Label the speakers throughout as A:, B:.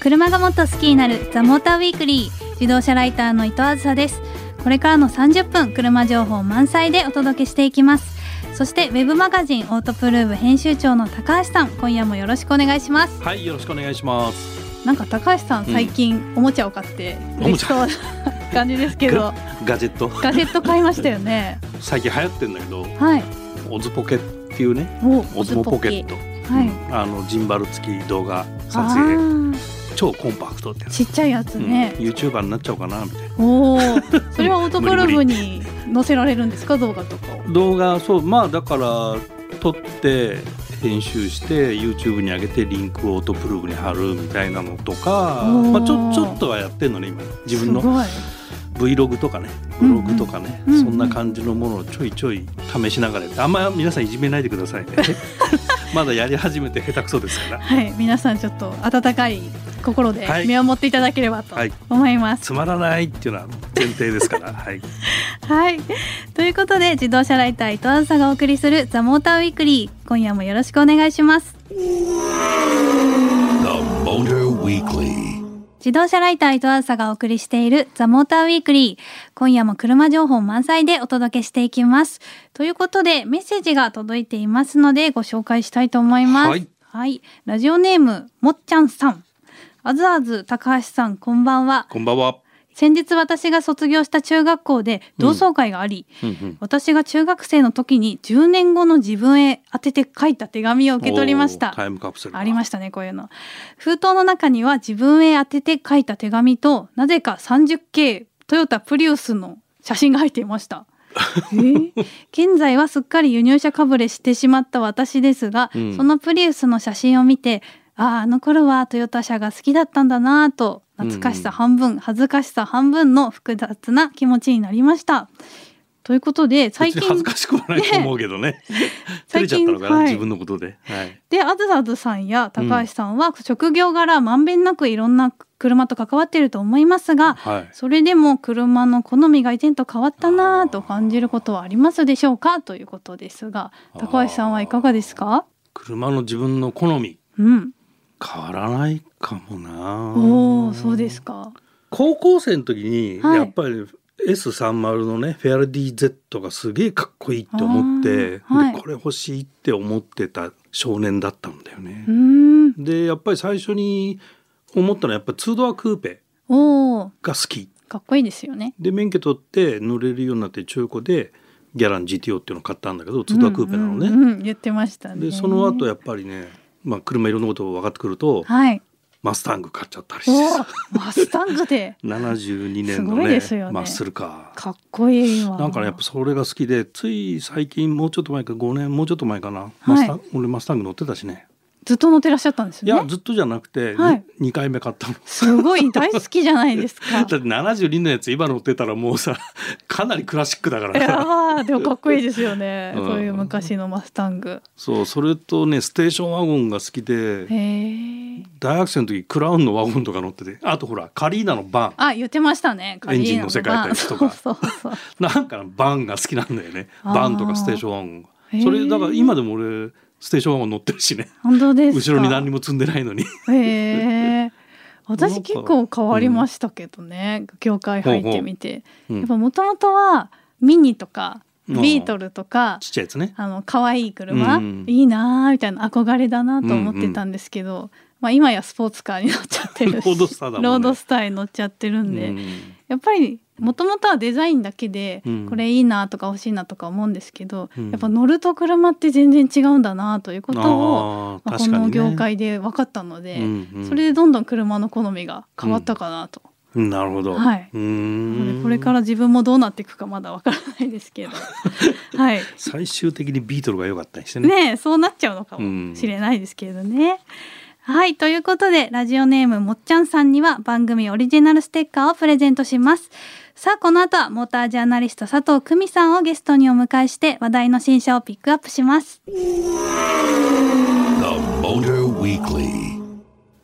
A: 車がもっと好きになるザモーターウィークリー自動車ライターの伊藤あずさですこれからの30分車情報満載でお届けしていきますそしてウェブマガジンオートプルーブ編集長の高橋さん今夜もよろしくお願いします
B: はい、よろしくお願いします。
A: なんか高橋さん
B: うん
A: 最近おもちゃを買って
B: お
A: 嬉
B: も
A: し
B: ち
A: そうな感じです けど
B: ガジェット、
A: ガジェット買いましたよね
B: 最近流行ってんだけど、
A: はい
B: オズポケっていうね、
A: お
B: オズモポケット、
A: はい
B: あのジンバル付き動画撮
A: あ
B: 影、
A: ー
B: 超コンパクトってやつ。
A: ちっちゃいやつ
B: うん、
A: ね、
B: YouTuber になっちゃおうかなみたいな。
A: おおそれはオートプルーブに載せられるんですか動画とかを
B: 動画、そう、まあだから撮って編集して YouTube に上げてリンクをオートプルーブに貼るみたいなのとか、
A: おー
B: まあちょちょっとはやってんのね今自分の
A: すごい
B: Vlog とかね
A: うん
B: ブ
A: うん
B: ログとかね、
A: うんうん
B: そんな感じのものをちょいちょい試しながらやってあんま皆さんいじめないでくだ さいねまだやり始めて下手くそですから
A: はい皆さんちょっと温かい心で
B: はい
A: 見守っていただければと
B: はい
A: 思います
B: つまらないっていうのは前提ですからはい
A: はい。ということで、自動車ライター伊藤梓がお送りするザモーターウィークリー、今夜もよろしくお願いします。
C: The Motor Weekly.
A: 自動車ライター伊藤梓がお送りしているザモーターウィークリー、今夜も車情報満載でお届けしていきます。ということで、メッセージが届いていますので、ご紹介したいと思います。は
B: はいい。
A: ラジオネーム、もっちゃんさん。あずあず高橋さん、こんばんは。
B: こんばんは、
A: 先日私が卒業した中学校で同窓会があり、
B: うんうん
A: 私が中学生の時に10年後の自分へ宛てて書いた手紙を受け取りま
B: お
A: し
B: ータ
A: た
B: イムカプセル
A: ありま
B: し
A: したねこういうの封筒の中には自分へ宛てて書いた手紙となぜか 30K トヨタプリウスの写真が入ってい ました、えー現在はすっかり輸入車かぶれしてしまった私ですが、
B: うん
A: そのプリウスの写真を見てあああの頃はトヨタ車が好きだったんだなぁと懐かしさ半分、恥ずかしさ半分の複雑な気持ちになりました。ということで最近
B: 恥ずかしくはないと思うけど ね照れちゃったのかな、
A: はい
B: 自分のことで、はい、
A: であずあずさんや高橋さんは職業柄まんべんなくいろんな車と関わっていると思いますが、
B: はい
A: それでも車の好みが以前と変わったなぁと感じることはありますでしょうかということですが高橋さんはいかがですか
B: 車の自分の好み
A: うん、
B: 変わらないかもな
A: おおそうですか。
B: 高校生の時に
A: はい
B: やっぱり S30 のねフェアルディ Z がすげえかっこいいって思って、
A: あーはい
B: でこれ欲しいって思ってた少年だったんだよね
A: うー。ん、
B: でやっぱり最初に思ったのはやっぱり2ドアクーペ
A: おお
B: が好き
A: かっこいいですよね。
B: で免許取って乗れるようになって中古でギャラン GTO っていうのを買ったんだけど2ドアクーペなのね。
A: うんうんうん言ってましたね。
B: でその後やっぱりね、まあ、車いろんなこと分かってくると、
A: はい。
B: マスタング買っちゃったりし
A: お
B: て
A: ーマスタングで
B: 72年の
A: すごい
B: ね
A: ですよね
B: マッスルカー。
A: かっこいいわ。
B: なんかねやっぱそれが好きでつい最近もうちょっと前か5年もうちょっと前かな、マスタン俺マスタング乗ってたしね
A: ずっと乗ってらっしゃったんです
B: い
A: よね。
B: やずっとじゃなくて、
A: はい
B: 2回目買ったの
A: すごい大好きじゃないです
B: だ
A: か
B: っ。て72のやつ今乗ってたらもうさ かなりクラシックだか
A: い
B: ら
A: や
B: さ
A: ーでもかっこいいですよね。
B: うん
A: そういう昔のマスタング。
B: そうそれとねステーションワゴンが好きで
A: へえ。
B: 大学生の時クラウンのワゴンとか乗っててあとほらカリーナのバン
A: あ言ってましたね。
B: エンジンの世界
A: で
B: ですとか
A: そうそうそう。
B: なんかバンが好きなんだよね
A: あー
B: バンとかステーションワゴンが
A: へー
B: それだから今でも俺ステーションワゴン乗ってるしね
A: 本当ですか。
B: 後ろに何にも積んでないのに
A: へえ。私結構変わりましたけどね。業界入ってみて。
B: ほうほううん
A: やっぱ元々はミニとか
B: うん
A: ビートルとか。
B: ちっちゃいやつね
A: あの可愛い車、
B: うん
A: いいなーみたいな憧れだなと思ってたんですけど、まあ、今やスポーツカーに乗っちゃってるし
B: ロードスターだもんね
A: ロードスターに乗っちゃってるんで、
B: うん
A: やっぱりもともとはデザインだけで、
B: うん
A: これいいなとか欲しいなとか思うんですけど、
B: うん
A: やっぱ乗ると車って全然違うんだなということを、
B: あー
A: まあこ
B: 確かに
A: の
B: ね
A: 業界で分かったので、
B: うんうん
A: それでどんどん車の好みが変わったかなと。
B: なるほど、
A: はいうなの
B: ー
A: で
B: ん
A: これから自分もどうなっていくかまだわからないです けど、はい、
B: 最終的にビートルが良かったりしてね
A: ねえそうなっちゃうのかもしれないですけれどね。はいということでラジオネームもっちゃんさんには番組オリジナルステッカーをプレゼントしますさあこの後はモータージャーナリスト佐藤久美さんをゲストにお迎えして話題の新車をピックアップします
C: The Motor Weekly.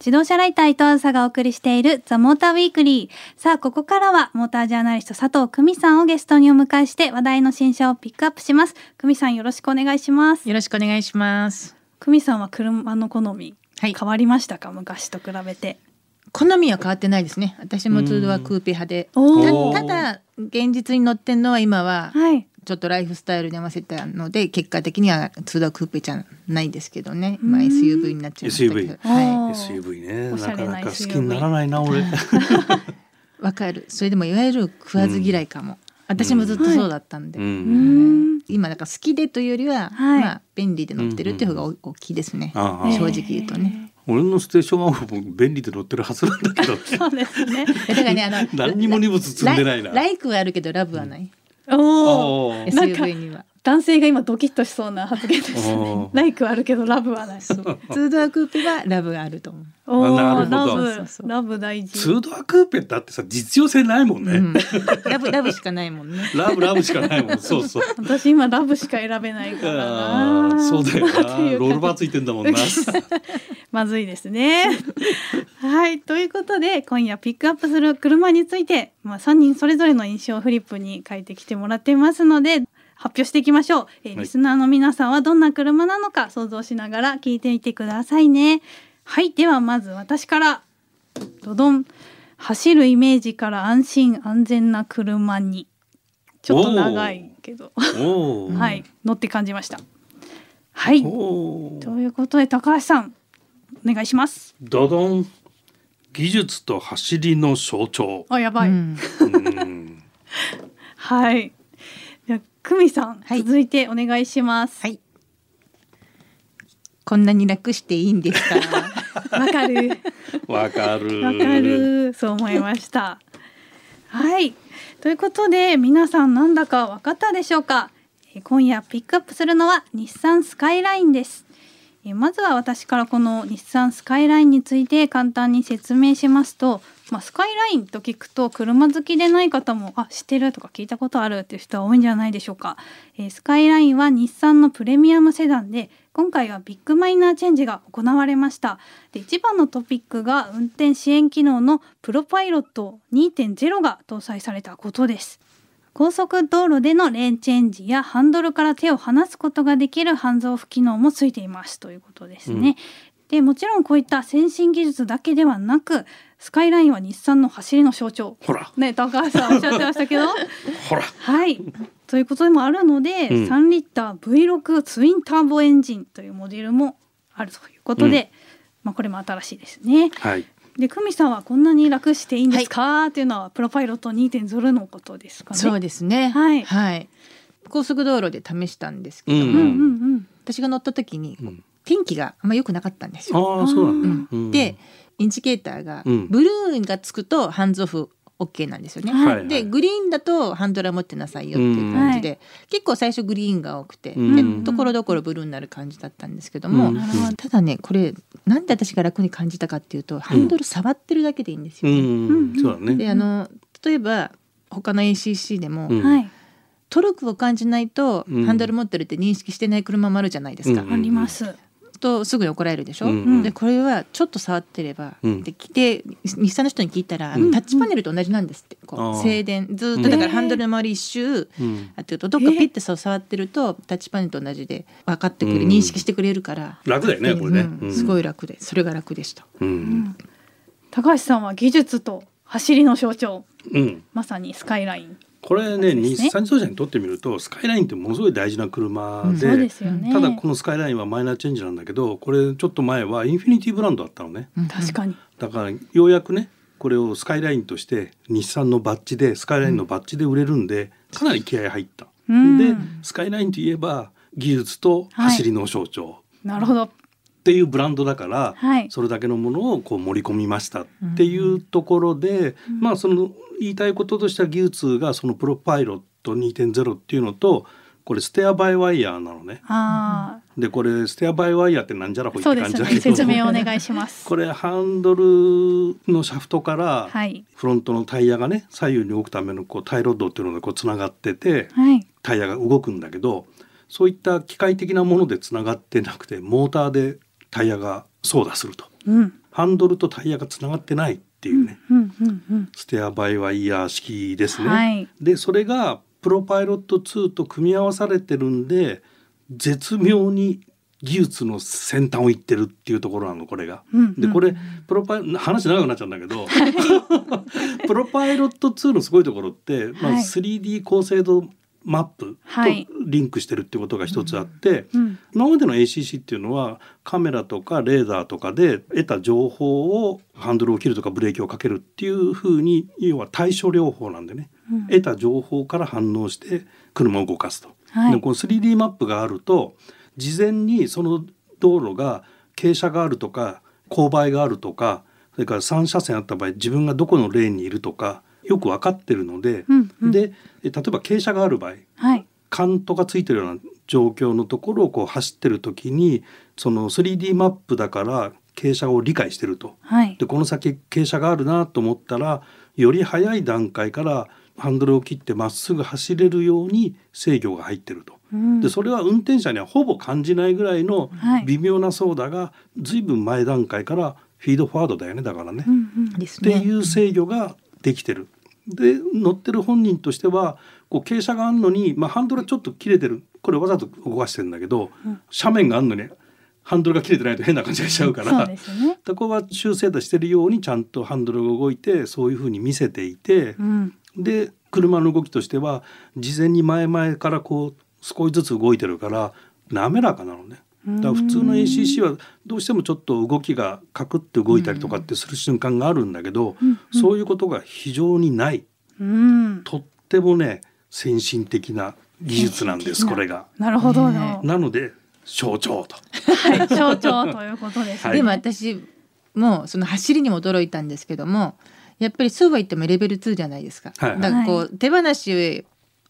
A: 自動車ライター伊藤梓がお送りしているザ・モーターウィークリーさあここからはモータージャーナリスト佐藤久美さんをゲストにお迎えして話題の新車をピックアップします久美さんよろしくお願いします
D: よろしくお願いします。
A: 久美さんは車の好み
D: はい
A: 変わりましたか、昔と比べて
D: 好みは変わってないですね私もツールはクーペ派で
A: お
B: お
A: ー
D: ただ現実に乗ってんのは今は
A: はい。
D: ちょっとライフスタイルに合わせたので結果的にはツールはクーペじゃないんですけどね、まあ、
A: うん
D: SUV になっちゃいましたけど、は
B: SUV ね
A: おしゃ
B: な
A: れ
B: か
A: な
B: なか好きにならないな俺
D: い、わかるそれでもいわゆる食わず嫌いかも、私もずっとそうだったんで、
B: う
A: うんん。
D: 今だから好きでというよりは、
A: はい
D: まあ便利で乗ってるっていう方が大きいですね、
B: ああ
D: 正直言うとね。
B: 俺のステーションワゴンも便利で乗ってるはずなんだけどね
A: そうです ね。
D: だからねあの
B: 何にも荷物積んでないな
D: ラライクはあるけどラブはない、
A: おお。
B: おー
D: SUV には。
A: 男性が今ドキッとしそうな発言でした
B: お
A: ね
B: ー。
A: ライクはあるけどラブはない。
D: そう ツードアクーペはラブがあると思う。
A: おお、
B: あな
A: ラ
B: るほど
D: そうそ
A: ブ、
D: う
A: ラブ大 事。
B: ツードアクーペだってさ実用性ないもんね、
D: うん、ラブラブしかないもんね。
B: ラブラブしかないもん そうそう
A: 私今ラブしか選べないから
B: あ
A: な。
B: ーそうだよ
A: っ
B: な
A: ていう
B: ロールバー
A: 感
B: つ
A: じ
B: いてんだ もんな
A: まずいですね。はい、ということで今夜ピックアップする車について、まあ三人それぞれの印象をフリップに書いてきてもらってますので。発表していきましょう、えー
B: はい
A: リスナーの皆さんはどんな車なのか想像しながら聞いてみてくださいねはいではまず私からドドン走るイメージから安心安全な車にちょっと長いけど
B: おー
A: はい、乗って感じました。はい、
B: おー
A: ということで高橋さんお願いします。
B: ドドン技術と走りの象徴
A: あやばい、
D: うん
B: うん
A: はい。じゃあ久美さん、
D: はい
A: 続いてお願いし ます。
D: はい。こんなに楽していいんですか。
A: わかる
B: わかる
A: わかるそう思いました。はいということで皆さんなんだかわかったでしょうか。えー今夜ピックアップするのは日産スカイラインです。えーまずは私からこの日産スカイラインについて簡単に説明しますと、まあ、スカイラインと聞くと車好きでない方もあ知ってるとか聞いたことあるっていう人は多いんじゃないでしょうか、えースカイラインは日産のプレミアムセダンで今回はビッグマイナーチェンジが行われましたで一番のトピックが運転支援機能のプロパイロット2.0が搭載されたことです高速道路でのレーンチェンジやハンドルから手を離すことができるハンズオフ機能もついていますということですね。でもちろんこういった先進技術だけではなくスカイラインは日産の走りの象徴。
B: ほら
A: ね高橋さんおっしゃってましたけど
B: ほら
A: はいということでもあるので、
B: うん
A: 3リッター V6 ツインターボエンジンというモデルもあるということで、まあ、これも新しいですね。
B: はい
A: で久美さんはこんなに楽していいんですか、っていうのはプロパイロット2.0のことですかね。
D: そうですね。
A: はい
D: はい。高速道路で試したんですけ
B: う
D: ど、
B: んう
A: うんう
B: ん
A: んうん
D: 私が乗った時に
B: うん
D: 天気があんま良くなかったんです
B: ああ
D: よ。
B: そうなんだ
A: うん
B: うん
D: で、インジケーターが
B: うん
D: ブルーがつくとハンズオフ OK なんですよね。
B: はい
D: でグリーンだとハンドラ持ってなさいよっていう感じで、
A: う
D: 結構最初グリーンが多くて、
B: うん
D: でところどころブルーになる感じだったんですけど
B: う
D: も、
B: ん
D: ただねこれなんで私が楽に感じたかっていうとハンドル触ってるだけでいいんです
B: う
D: よ、ね
B: ん
A: うん
B: そうだね
D: であの例えば他の ACC でも、
B: うん
A: はい、
D: トルクを感じないと、
B: うん
D: ハンドル持ってるって認識してない車もあるじゃないですか、
B: うん
A: あります。
D: とすぐに怒られるでしょ、
B: うん
D: でこれはちょっと触ってれば、
B: うん
D: で来て日産の人に聞いたら、
B: うん
D: タッチパネルと同じなんですってこ
B: あ
D: う
B: ー
D: 静電ずーっ
B: う
D: と
B: ん
D: だからハンドルの周り一周、
B: うん
D: あとどっかピッてそう触ってるとタッチパネルと同じで分かってくれ、
B: うん
D: 認識してくれるから、
B: 楽だよねこれね
D: う
B: うん
D: んすごい楽でそれが楽でした。
B: う
A: うんん、高橋さんは技術と走りの象徴
B: うん
A: まさにスカイライン。
B: これね
A: そうですね
B: 日産自動車にとってみるとスカイラインってものすごい大事な車
A: そう
B: で
A: ですよね。
B: ただこのスカイラインはマイナーチェンジなんだけどこれちょっと前はインフィニティブランドだったのね
A: 確かに。
B: だからようやくねこれをスカイラインとして日産のバッジでスカイラインのバッジで売れるんでかなり気合い入った。
A: うん
B: でスカイラインといえば技術と走りの象徴
A: なるほど。
B: っていうブランドだから、
A: はい
B: それだけのものをこう盛り込みましたっていうところで、
A: ん
B: まあその言いたいこととしては技術がそのプロパイロット2.0っていうのとこれステアバイワイヤーなのね。
A: あ
B: でこれステアバイワイヤーってなんじゃら
A: あ、
B: ほいっ
A: そう
B: て
A: で
B: 感
A: す
B: じだ
A: ね。
B: けど
A: 説明お願いします。
B: これハンドルのシャフトから
A: はい
B: フロントのタイヤがね左右に動くためのこうタイロッドっていうのがこうつながってて
A: はい。
B: タイヤが動くんだけどそういった機械的なものでつながってなくてモーターでタイヤが操舵すると
A: うん。
B: ハンドルとタイヤがつながってないっていうね、
A: うんうんうん。
B: ステアバイワイヤー式ですね。
A: はい
B: でそれがプロパイロット2と組み合わされてるんで絶妙に技術の先端を行ってるっていうところなのこれが。
A: うん
B: でこれプロパイ話長くなっちゃうんだけど プロパイロット2のすごいところって、まあ、
A: はい
B: 3D 高精度マップ
A: はい
B: とリンクしてるってことが一つあって、
A: うん
B: 今までの ACC っていうのはカメラとかレーダーとかで得た情報をハンドルを切るとかブレーキをかけるっていうふうに要は対処療法なんでね
A: うん
B: 得た情報から反応して車を動かすと。
A: は
B: で
A: い
B: この 3D マップがあると事前にその道路が傾斜があるとか勾配があるとかそれから3車線あった場合自分がどこのレーンにいるとかよく分かってるので、
A: うんうん
B: でえ例えば傾斜がある場合
A: はい
B: カントがついてるような状況のところをこう走ってる時にその 3D マップだから傾斜を理解してると。
A: はい
B: でこの先傾斜があるなと思ったらより早い段階からハンドルを切ってまっすぐ走れるように制御が入ってると。
A: うん
B: でそれは運転者にはほぼ感じないぐらいの
A: はい
B: 微妙なそうだが随分前段階からフィードフォワードだよねだからね
A: う。ん
D: です
B: ってい
D: ね。
B: う制御ができてる。で乗ってる本人としてはこう傾斜があるのに、まあ、ハンドルはちょっと切れてるこれわざと動かしてるんだけど、斜面があるのにハンドルが切れてないと変な感じがしちゃう
A: う
B: か
A: んそう
B: ら
A: ですね
B: そこは修正だしてるようにちゃんとハンドルが動いてそういうふうに見せていて
A: う、ん
B: で車の動きとしては事前に前々からこう少しずつ動いてるから滑らかなのね。だから普通の ACC はどうしてもちょっと動きがカクって動いたりとかってする瞬間があるんだけど、そういうことが非常にない
A: うん
B: とってもね先進的な技術なんです
A: 先進的な
B: これが。
A: なるほど
D: ね
A: な
B: なので象徴と。
A: はい象徴ということです
B: はい
A: ね
D: でも私もその走りにも驚いたんですけどもやっぱりそうは言ってもレベル2じゃないですか。
B: はいはい
D: だからこう手放し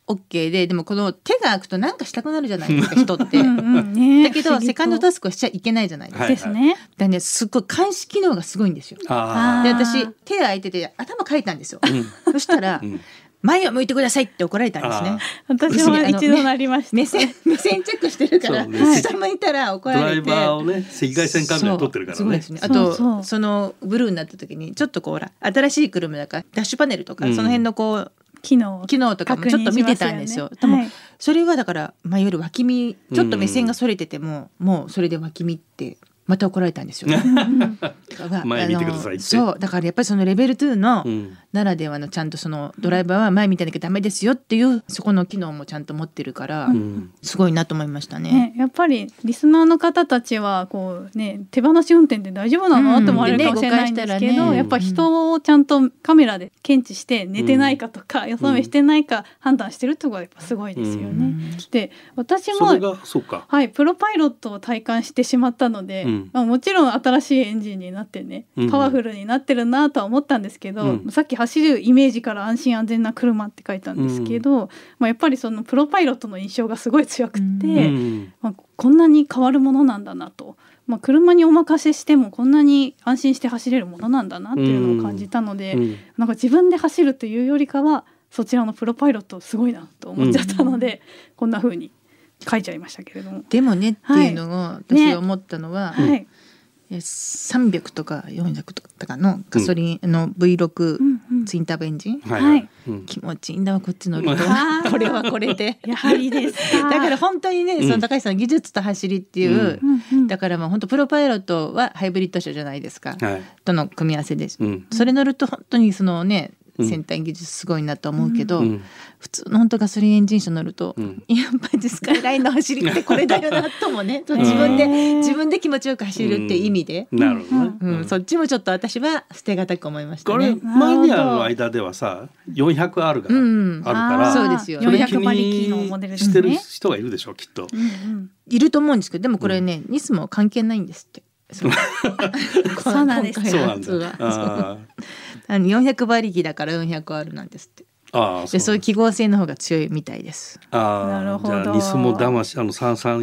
D: OK ででもこの手が空くとなんかしたくなるじゃないですか人って。
A: うんうんね
D: だけどセカンド
A: で
D: タスクはしちゃいけないじゃないですか。
B: はい
A: ですね
D: だからねすっごい監視機能がすごいんですよ。
A: あー
D: で私手空いてて頭かいたんですよ。
B: ー
D: そしたら、
B: うんうん
D: 前を向いてくださいって怒られたんですね。
A: 私も一度なりました
D: 目線目線チェックしてるから、
B: そうね
D: 下向いたら怒
B: ド
D: ら
B: ラ
D: れ
B: イ
D: て。
B: バーをね赤外線カメラで撮ってるから
D: そうすごい
B: ね。
D: ですね。あ
A: そ
D: と
A: う
D: そ
A: そう
D: のブルーになった時にちょっとこうほら新しい車だからダッシュパネルとか、
B: うん
D: その辺のこう
A: 機能
D: 機能とかもちょっと見てたんですよ。
A: 確認し
D: で
A: ますよね
D: も、
A: はい
D: それはだからまあいわゆる脇見ちょっと目線がそれてても、もうそれで脇見ってまた怒られたんですよ。
B: 前見てくださいって
D: あのそうだからやっぱりそのレベル2の
B: うん
D: ならではのちゃんとそのドライバーは前見てなきゃダメですよっていうそこの機能もちゃんと持ってるから、
B: うん
D: すごいなと思いましたね。
A: ね、やっぱりリスナーの方たちはこう、ね、手放し運転で大丈夫なの、
D: うん
A: と思われるかもしれないんですけ
D: ね誤解した
A: ど、
D: らね
A: やっぱ人をちゃんとカメラで検知して寝てないかとか、予想目してないか判断してるってことがやっぱすごいですよね。
D: うん
A: で私
B: それ
A: も
B: がそうか。
A: はい、プロパイロットを体感してしまったので、
B: うん
A: まあ、もちろん新しいエンジンになってね、
B: うん
A: パワフルになってるなとは思ったんですけど、
B: うん
A: さっき走るイメージから安心安全な車って書いたんですけど、まあ、やっぱりそのプロパイロットの印象がすごい強くて、
D: うん
B: うん
A: まあ、こんなに変わるものなんだなと、まあ、車にお任せしてもこんなに安心して走れるものなんだなっていうのを感じたので、
B: うん
A: なんか自分で走るというよりかはそちらのプロパイロットすごいなと思っちゃったので、こんな風に書いちゃいましたけれども。
D: でもねっていうのを
A: はいね
D: 私思ったのは、
A: はい、
D: え300とか400とかのガソリンの V6
A: うんうん
D: ツインターボエンジン、
B: はい
A: は
B: はいい。うん
D: 気持ちいいんだわこっち乗ると
A: あー
D: これはこれで
A: やはりですか。
D: だから本当にねそ
B: うん
D: の高橋さん技術と走りっていう、
A: うんうん
D: だからまあ本当プロパイロットはハイブリッド車じゃないですか、
B: はい。
D: との組み合わせです、
B: うん。
D: それ乗ると本当にそのね
B: うん
D: 先端技術すごいなと思うけど、
B: うん
D: 普通の本当ガソリンエンジン車乗ると、
B: うん
D: やっぱりスカイラインの走りってこれだよなと もねそう自分で
A: うん
D: 自分で気持ちよく走るって意味で、
B: なるほどね。
D: うんそっちもちょっと私は捨てがたく思いました
B: これ
D: ね。
B: マニアの間ではさ 400R がある
D: うん
B: から、
D: あーそうですよね
B: それ
A: 四百
B: 気
A: 馬力のモデル
B: に
A: で
B: し
A: す
B: てる
A: ね。
B: 人がいるでしょきっと。
A: うんうん
D: いると思うんですけどでもこれね、ニスも関係ないんですって。その
A: そうなんです
D: 今
B: そう
D: 回
B: な
D: の
B: ん
D: や
B: だ
D: つは。
B: あー
D: あの400馬力だから400あるなんですって。
B: あー、
D: でそういう
B: う。
D: 記号性の方が強いみたいです。
B: あ
A: なる
B: あ、
A: ほ
B: じ
A: ど
B: ゃあニスもダマシあの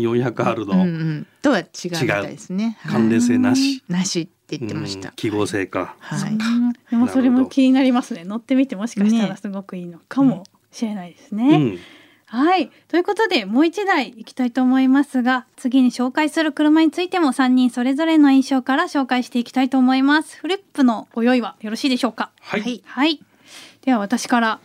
B: 33400R
D: うんう
B: の
D: ん。とは違うみたいですね。はい
B: 関連性なし。
D: なしって言って
B: うん
D: ました。
B: 記号性か。
D: は
A: う
D: い。
A: んでもそれも気になりますね。乗ってみてもしかしたらすごくいいのかもしれないです
B: う
A: ね。
B: ん。
A: はい。ということで、もう一台行きたいと思いますが、次に紹介する車についても3人それぞれの印象から紹介していきたいと思います。フリップのご用意はよろしいでしょうか
B: はいはい
A: はい。では私から、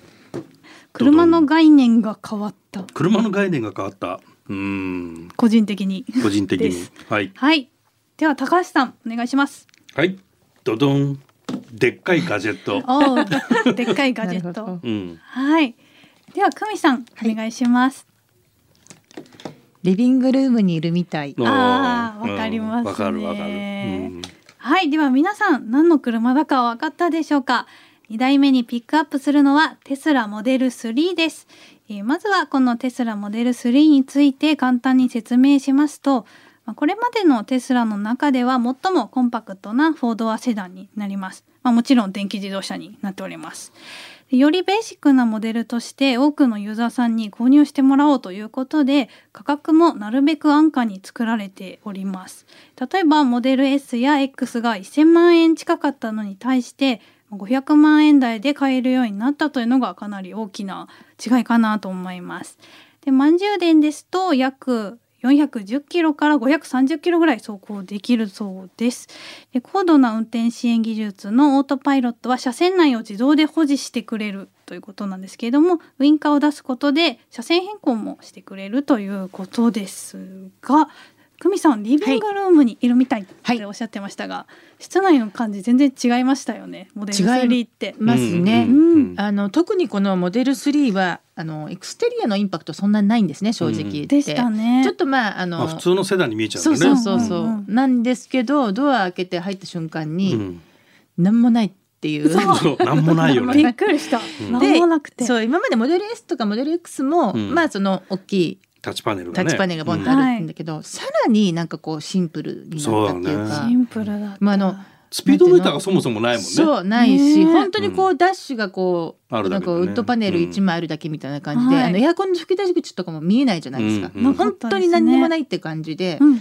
A: 車の概念が変わった。
B: 車の概念が変わった。うん
A: 個人的に。
B: 個人的
A: で
B: に
A: す
B: はい
A: はい。では高橋さんお願いします。
B: はいドドンでっかいガジェッ ト
A: お お、でっかいガジェッ
D: なるほ
A: ト
D: ど。
B: うん
A: はい。では久美さん
D: はい
A: お願いします。
D: リビングルームにいるみたい
A: あー
B: うん
A: わかりますね
B: わかるわかるうん
A: はい、では皆さん何の車だか分かったでしょうか2台目にピックアップするのはテスラモデル3です、えーまずはこのテスラモデル3について簡単に説明しますとまあこれまでのテスラの中では最もコンパクトな4ドアセダンになります、まあ、もちろん電気自動車になっておりますでよりベーシックなモデルとして多くのユーザーさんに購入してもらおうということで価格もなるべく安価に作られております例えばモデル S や X が1000万円近かったのに対して500万円台で買えるようになったというのがかなり大きな違いかなと思いますで満充電ですと約410キロから530キロぐらい走行できるそうですで高度な運転支援技術のオートパイロットは車線内を自動で保持してくれるということなんですけれどもウインカーを出すことで車線変更もしてくれるということですが久美さんリビングルームにいるみたいっ
D: はい
A: ておっしゃってましたが、室内の感じ全然違いましたよねモデル
D: 違い
A: 3って。
D: ますね。
B: うんうんうん
D: あの特にこのモデル3はあのエクステリアのインパクトそんなにないんですね正直言って、
A: でしたね。
D: ちょっとまああの、
B: まあ普通のセダンに見えちゃう
D: そ
B: ん
D: う
B: だね
D: そうそうそう、
A: うんうんう
D: なんですけどドア開けて入った瞬間に、
B: うん
D: 何もないっていう
A: そう
B: そうなんもないよ
A: び
B: ね
A: っくりした。
B: ん
A: 何もなくて。
D: そう今までモデル S とかモデル X も、
B: うん
D: まあその大きい
B: タッチパネルが
D: タ
B: ね
D: ッチパネルがボンとあるんだけど、さらになんかこうシンプルになったっていう
B: そうだ
D: か
A: シンプルだった。
D: まああの
B: スピードメーターがそもそもないもんね
D: そうないし、
A: ねえ
D: 本当にこうダッシュがこう、
B: あるだ
D: なん
B: け
D: か
B: でね
D: ウッドパネル一枚あるだけみたいな感じで、
A: はい
D: あのエアコンの吹き出し口とかも見えないじゃないですか、
B: うんうん
D: 本当に何にもないって感じで、
A: うんうん。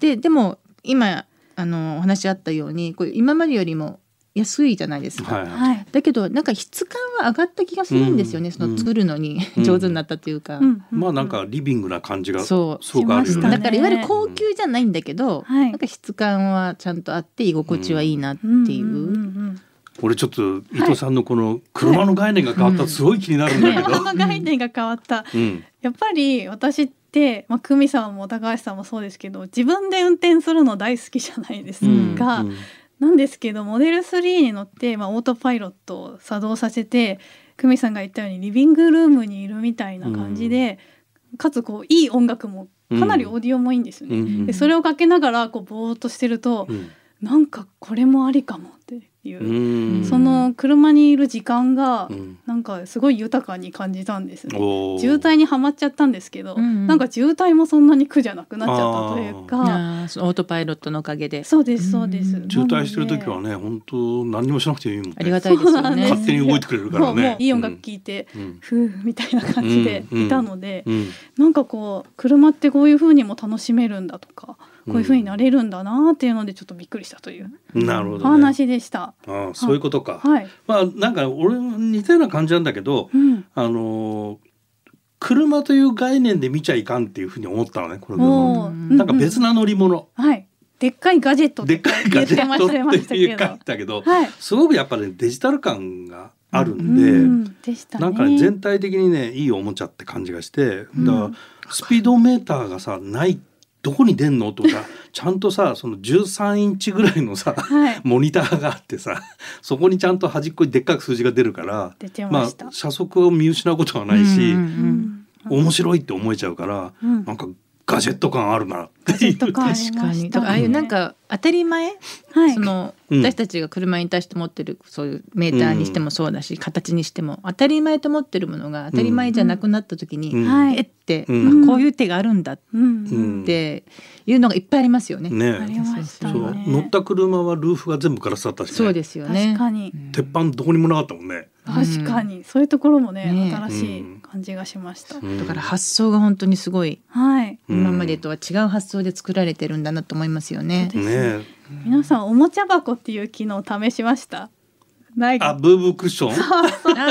D: ででも今あのお話あったようにこう今までよりも安いじゃないですか、
B: はいはい
A: はい。
D: だけどなんか質感は上がった気がするんですよね、
B: うん
D: その作るのに、
B: うん
D: 上手になったというか、
A: うんう
B: まあなんかリビングな感じがす
D: そう
B: ごくあるよ
A: しました
D: だ
B: ね
A: ね
D: からいわゆる高級じゃないんだけど、
A: はい
D: なんか質感はちゃんとあって居心地はいいなって
A: うん
D: いう。
A: んんん
B: 俺ちょっと伊藤さんのこの車の概念が変わったらすごい気になるんだけ
A: ね、
B: ど、
A: この概念が変わった。
B: うん、
A: やっぱり私って、まあ、久美さんも高橋さんもそうですけど、自分で運転するの大好きじゃないです
D: うん
A: か。
B: うん
A: なんですけどモデル3に乗って、まあ、オートパイロットを作動させて久美さんが言ったようにリビングルームにいるみたいな感じで、かつこういい音楽もかなりオーディオもいいんですよ
B: う
A: ね。
B: ん
A: でそれをかけながらこうぼーっとしてると、
B: うん
A: なんかこれもありかもっていうう、
B: ん
A: その車にいる時間が
B: うん
A: なんかすごい豊かに感じたんですね。
B: おー
A: 渋滞にはまっちゃったんですけど、
D: うんうん
A: なんか渋滞もそんなに苦じゃなくなっちゃったというか、
D: あーそのオートパイロットのおかげで
A: そうですそうです。
D: うん
B: 渋滞してる時
A: なので
B: はね本当何にもしなくていいもんね
D: ありがたいです
A: そうな
D: よ
A: んで
D: ね。
A: す
B: 勝手に動いてくれるか
A: も
B: ら
A: うも
B: ね
A: ういい音楽聴いて、
B: うん
A: ふうみたいな感じでいたので、
B: うん
A: なんかこう車ってこういう風にも楽しめるんだとかこういう風になれるんだなっていうのでちょっとびっくりしたという
B: うんなるほ
A: お
B: どね
A: 話でした。
B: ああそういうことか、
A: はい、
B: まあなんか俺も似たような感じなんだけど
A: うん、
B: あのー車という概念で見ちゃいかんっていうふうに思ったのねこれでも
A: おー
D: うん
A: う
B: なんか別な乗り物、
A: はい、でっかいガジェット
B: でっかいガジェットって いうかだけど、
A: はい、
B: すごくやっぱり、ね、デジタル感がある
A: うん
B: で、
A: ん、でしたね。
B: なんかね全体的にねいいおもちゃって感じがしてだから、
A: うん
B: スピードメーターがさないどこに出ん のとかちゃんとさその13インチぐらいのさ
A: はい、
B: モニターがあってさ そこにちゃんと端っこにでっかく数字が出るから
A: 出てま
B: ま
A: した。
B: あ車速を見失うことはないし、
D: うん
A: うん
B: 面白いって思えちゃうから、
A: うん
B: なんかガジェット感あるなって
A: ガジ
B: い
A: ェッ
B: う
A: ト感ありまし
D: 確
A: た
D: かに。だからああいうなんか当たり前、
A: はい
D: その
B: うん
D: 私たちが車に対して持ってるそういうメーターにしてもそうだし、形にしても当たり前と思ってるものが当たり前じゃなくなった時に、
B: うん
A: はい
D: えって、
B: うん
D: あこういう手があるんだっ
A: うんう
B: うん
A: ん、
D: ていうのがいっぱいありますよね。
B: ね
A: ありました
B: そう
A: ね。
B: 乗った車はルーフが全部ガラスだったし、ね、
D: そうですよね。
A: 確かに。
D: うん
B: 鉄板どこにもなかったもんね。
A: 確かに、そういうところもね
D: ね
A: 新しい感じがしました、
B: うん
D: だから発想が本当にすごい
A: はい
B: うん
D: 今までとは違う発想で作られてるんだなと思いますよね。
A: ですね
B: ね
A: 皆さんおもちゃ箱っていう機能を試しましたない
B: あ
A: あ
B: ブーブークッ ション
D: あ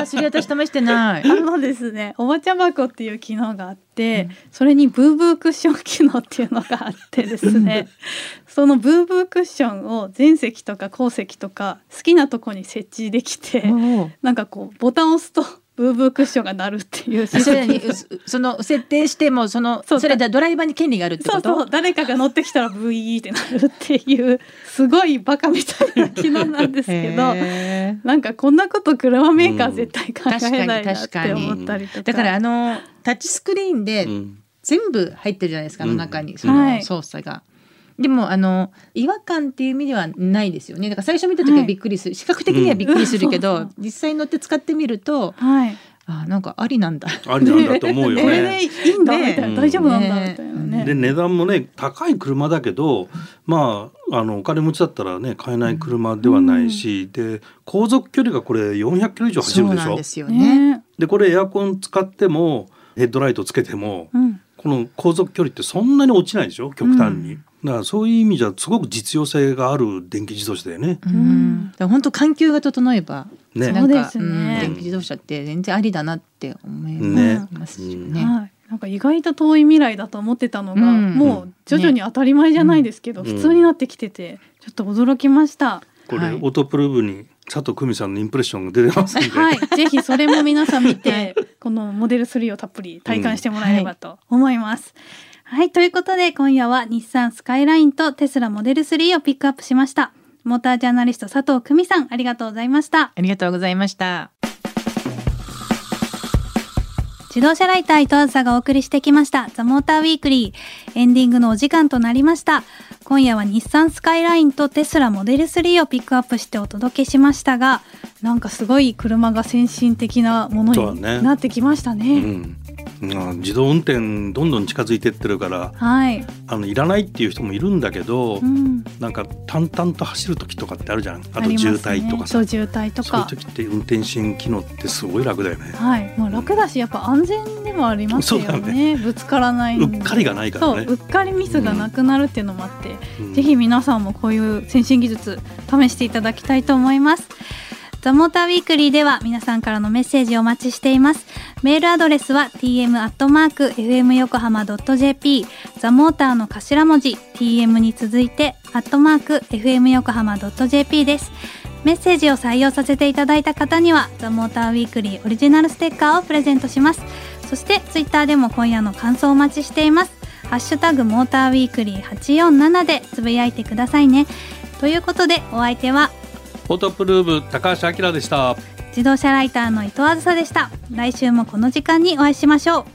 D: ー、それ私試し てない。
A: のですねおもちゃ箱っていう機能があって、それにブーブークッション機能っていうのがあってですねそのブーブークッションを全席とか後席とか好きなとこに設置できて、
D: おー
A: なんかこうボタンを押すとブブーブークッションが鳴るって いうシス
D: そ
A: テ
D: れ
A: ム
D: にうすその設定してもその
A: そう
D: それでドライバーに権利があるって
A: そ
D: こ
A: う
D: と
A: そう誰かが乗ってきたらブイーってなるっていうすごいバカみたいな機能なんですけど
D: へー
A: なんかこんなこと車メーカー絶対考えないなって思ったりとか,、
D: だからあのタッチスクリーンで
B: うん
D: 全部入ってるじゃないですか、あの
B: うん
D: 中にそ
A: は
D: の
A: い
D: 操作が。でもあの違和感っていう意味ではないですよねだから最初見た時はびっくりする、視覚的にはびっくりするけど、
A: うん
D: 実際に乗って使ってみると
A: はい
D: あなんかありなんだ。
B: ありなんだと思うよ
A: これ
B: ね。
A: でいいんだ
D: ね
A: みたいな、大丈夫なんだ
D: ね
A: みたいなね
B: で値段もね高い車だけどまああのお金持ちだったらね買えない車ではないし、で航続距離がこれ400キロ以上走
D: そ
B: る
D: う
B: で
D: な
B: し
D: ん
B: ょ
D: ですよね。
A: ね
B: でこれエアコン使ってもヘッドライトつけても、
A: うん
B: この航続距離ってそんなに落ちないでしょ極端に、
D: うん
B: だからそういう意味じゃすごく実用性がある電気自動車だよね。
D: うん、だから本当環境が整えば、
B: ね
D: なんか
A: そうですね
D: ん電気自動車って全然ありだなって思い
B: ね
D: ますよ
B: うん
D: ね。
A: はいなんか意外と遠い未来だと思ってたのが、
D: うん
A: もう徐々に当たり前じゃないですけど、
B: うん
A: 普通になってきててちょっと驚きました、
B: これ、
D: はい
B: オートプルーブに佐藤久美さんのインプレッションが出てますんで、
A: はいぜひそれも皆さん見てこのモデル3をたっぷり体感してもらえればと思います、はいということで今夜は日産スカイラインとテスラモデル3をピックアップしましたモータージャーナリスト佐藤久美さんありがとうございました
D: ありがとうございました。
A: 自動車ライター伊藤梓がお送りしてきましたザモーターウィークリーエンディングのお時間となりました今夜は日産スカイラインとテスラモデル3をピックアップしてお届けしましたがなんかすごい車が先進的なもの
B: そう
A: に
B: だね
A: なってきました
B: う
A: ね
B: んまあ自動運転どんどん近づいてってるから
A: はい、
B: あのいらないっていう人もいるんだけど、
A: うん、
B: なんか淡々と走る時とかってあるじゃんあと
A: ります
B: 渋
A: ね
B: 滞とか
A: そ
B: さ、
A: う渋滞と
B: そういう
A: か
B: 時って運転支援機能ってすごい楽だよね。
A: はい、もう楽だしやっぱ安全でもありますよ
B: そ
A: ね
B: うだね
A: ぶつからないんで
B: うっかりがないからね
A: そううっかりミスがなくなるっていうのもあって、
B: うん
A: ぜひ皆さんもこういう先進技術試していただきたいと思います。ザモーターウィークリーでは皆さんからのメッセージをお待ちしています。メールアドレスは tm.fmyokohama.jp ザモーターの頭文字 tm に続いて .fmyokohama.jp です。メッセージを採用させていただいた方にはザモーターウィークリーオリジナルステッカーをプレゼントします。そしてツイッターでも今夜の感想をお待ちしています。ハッシュタグモーターウィークリー847でつぶやいてくださいね。ということでお相手は
B: フォトプルーブ高橋明でした。
A: 自動車ライターの伊藤あずさでした。来週もこの時間にお会いしましょう。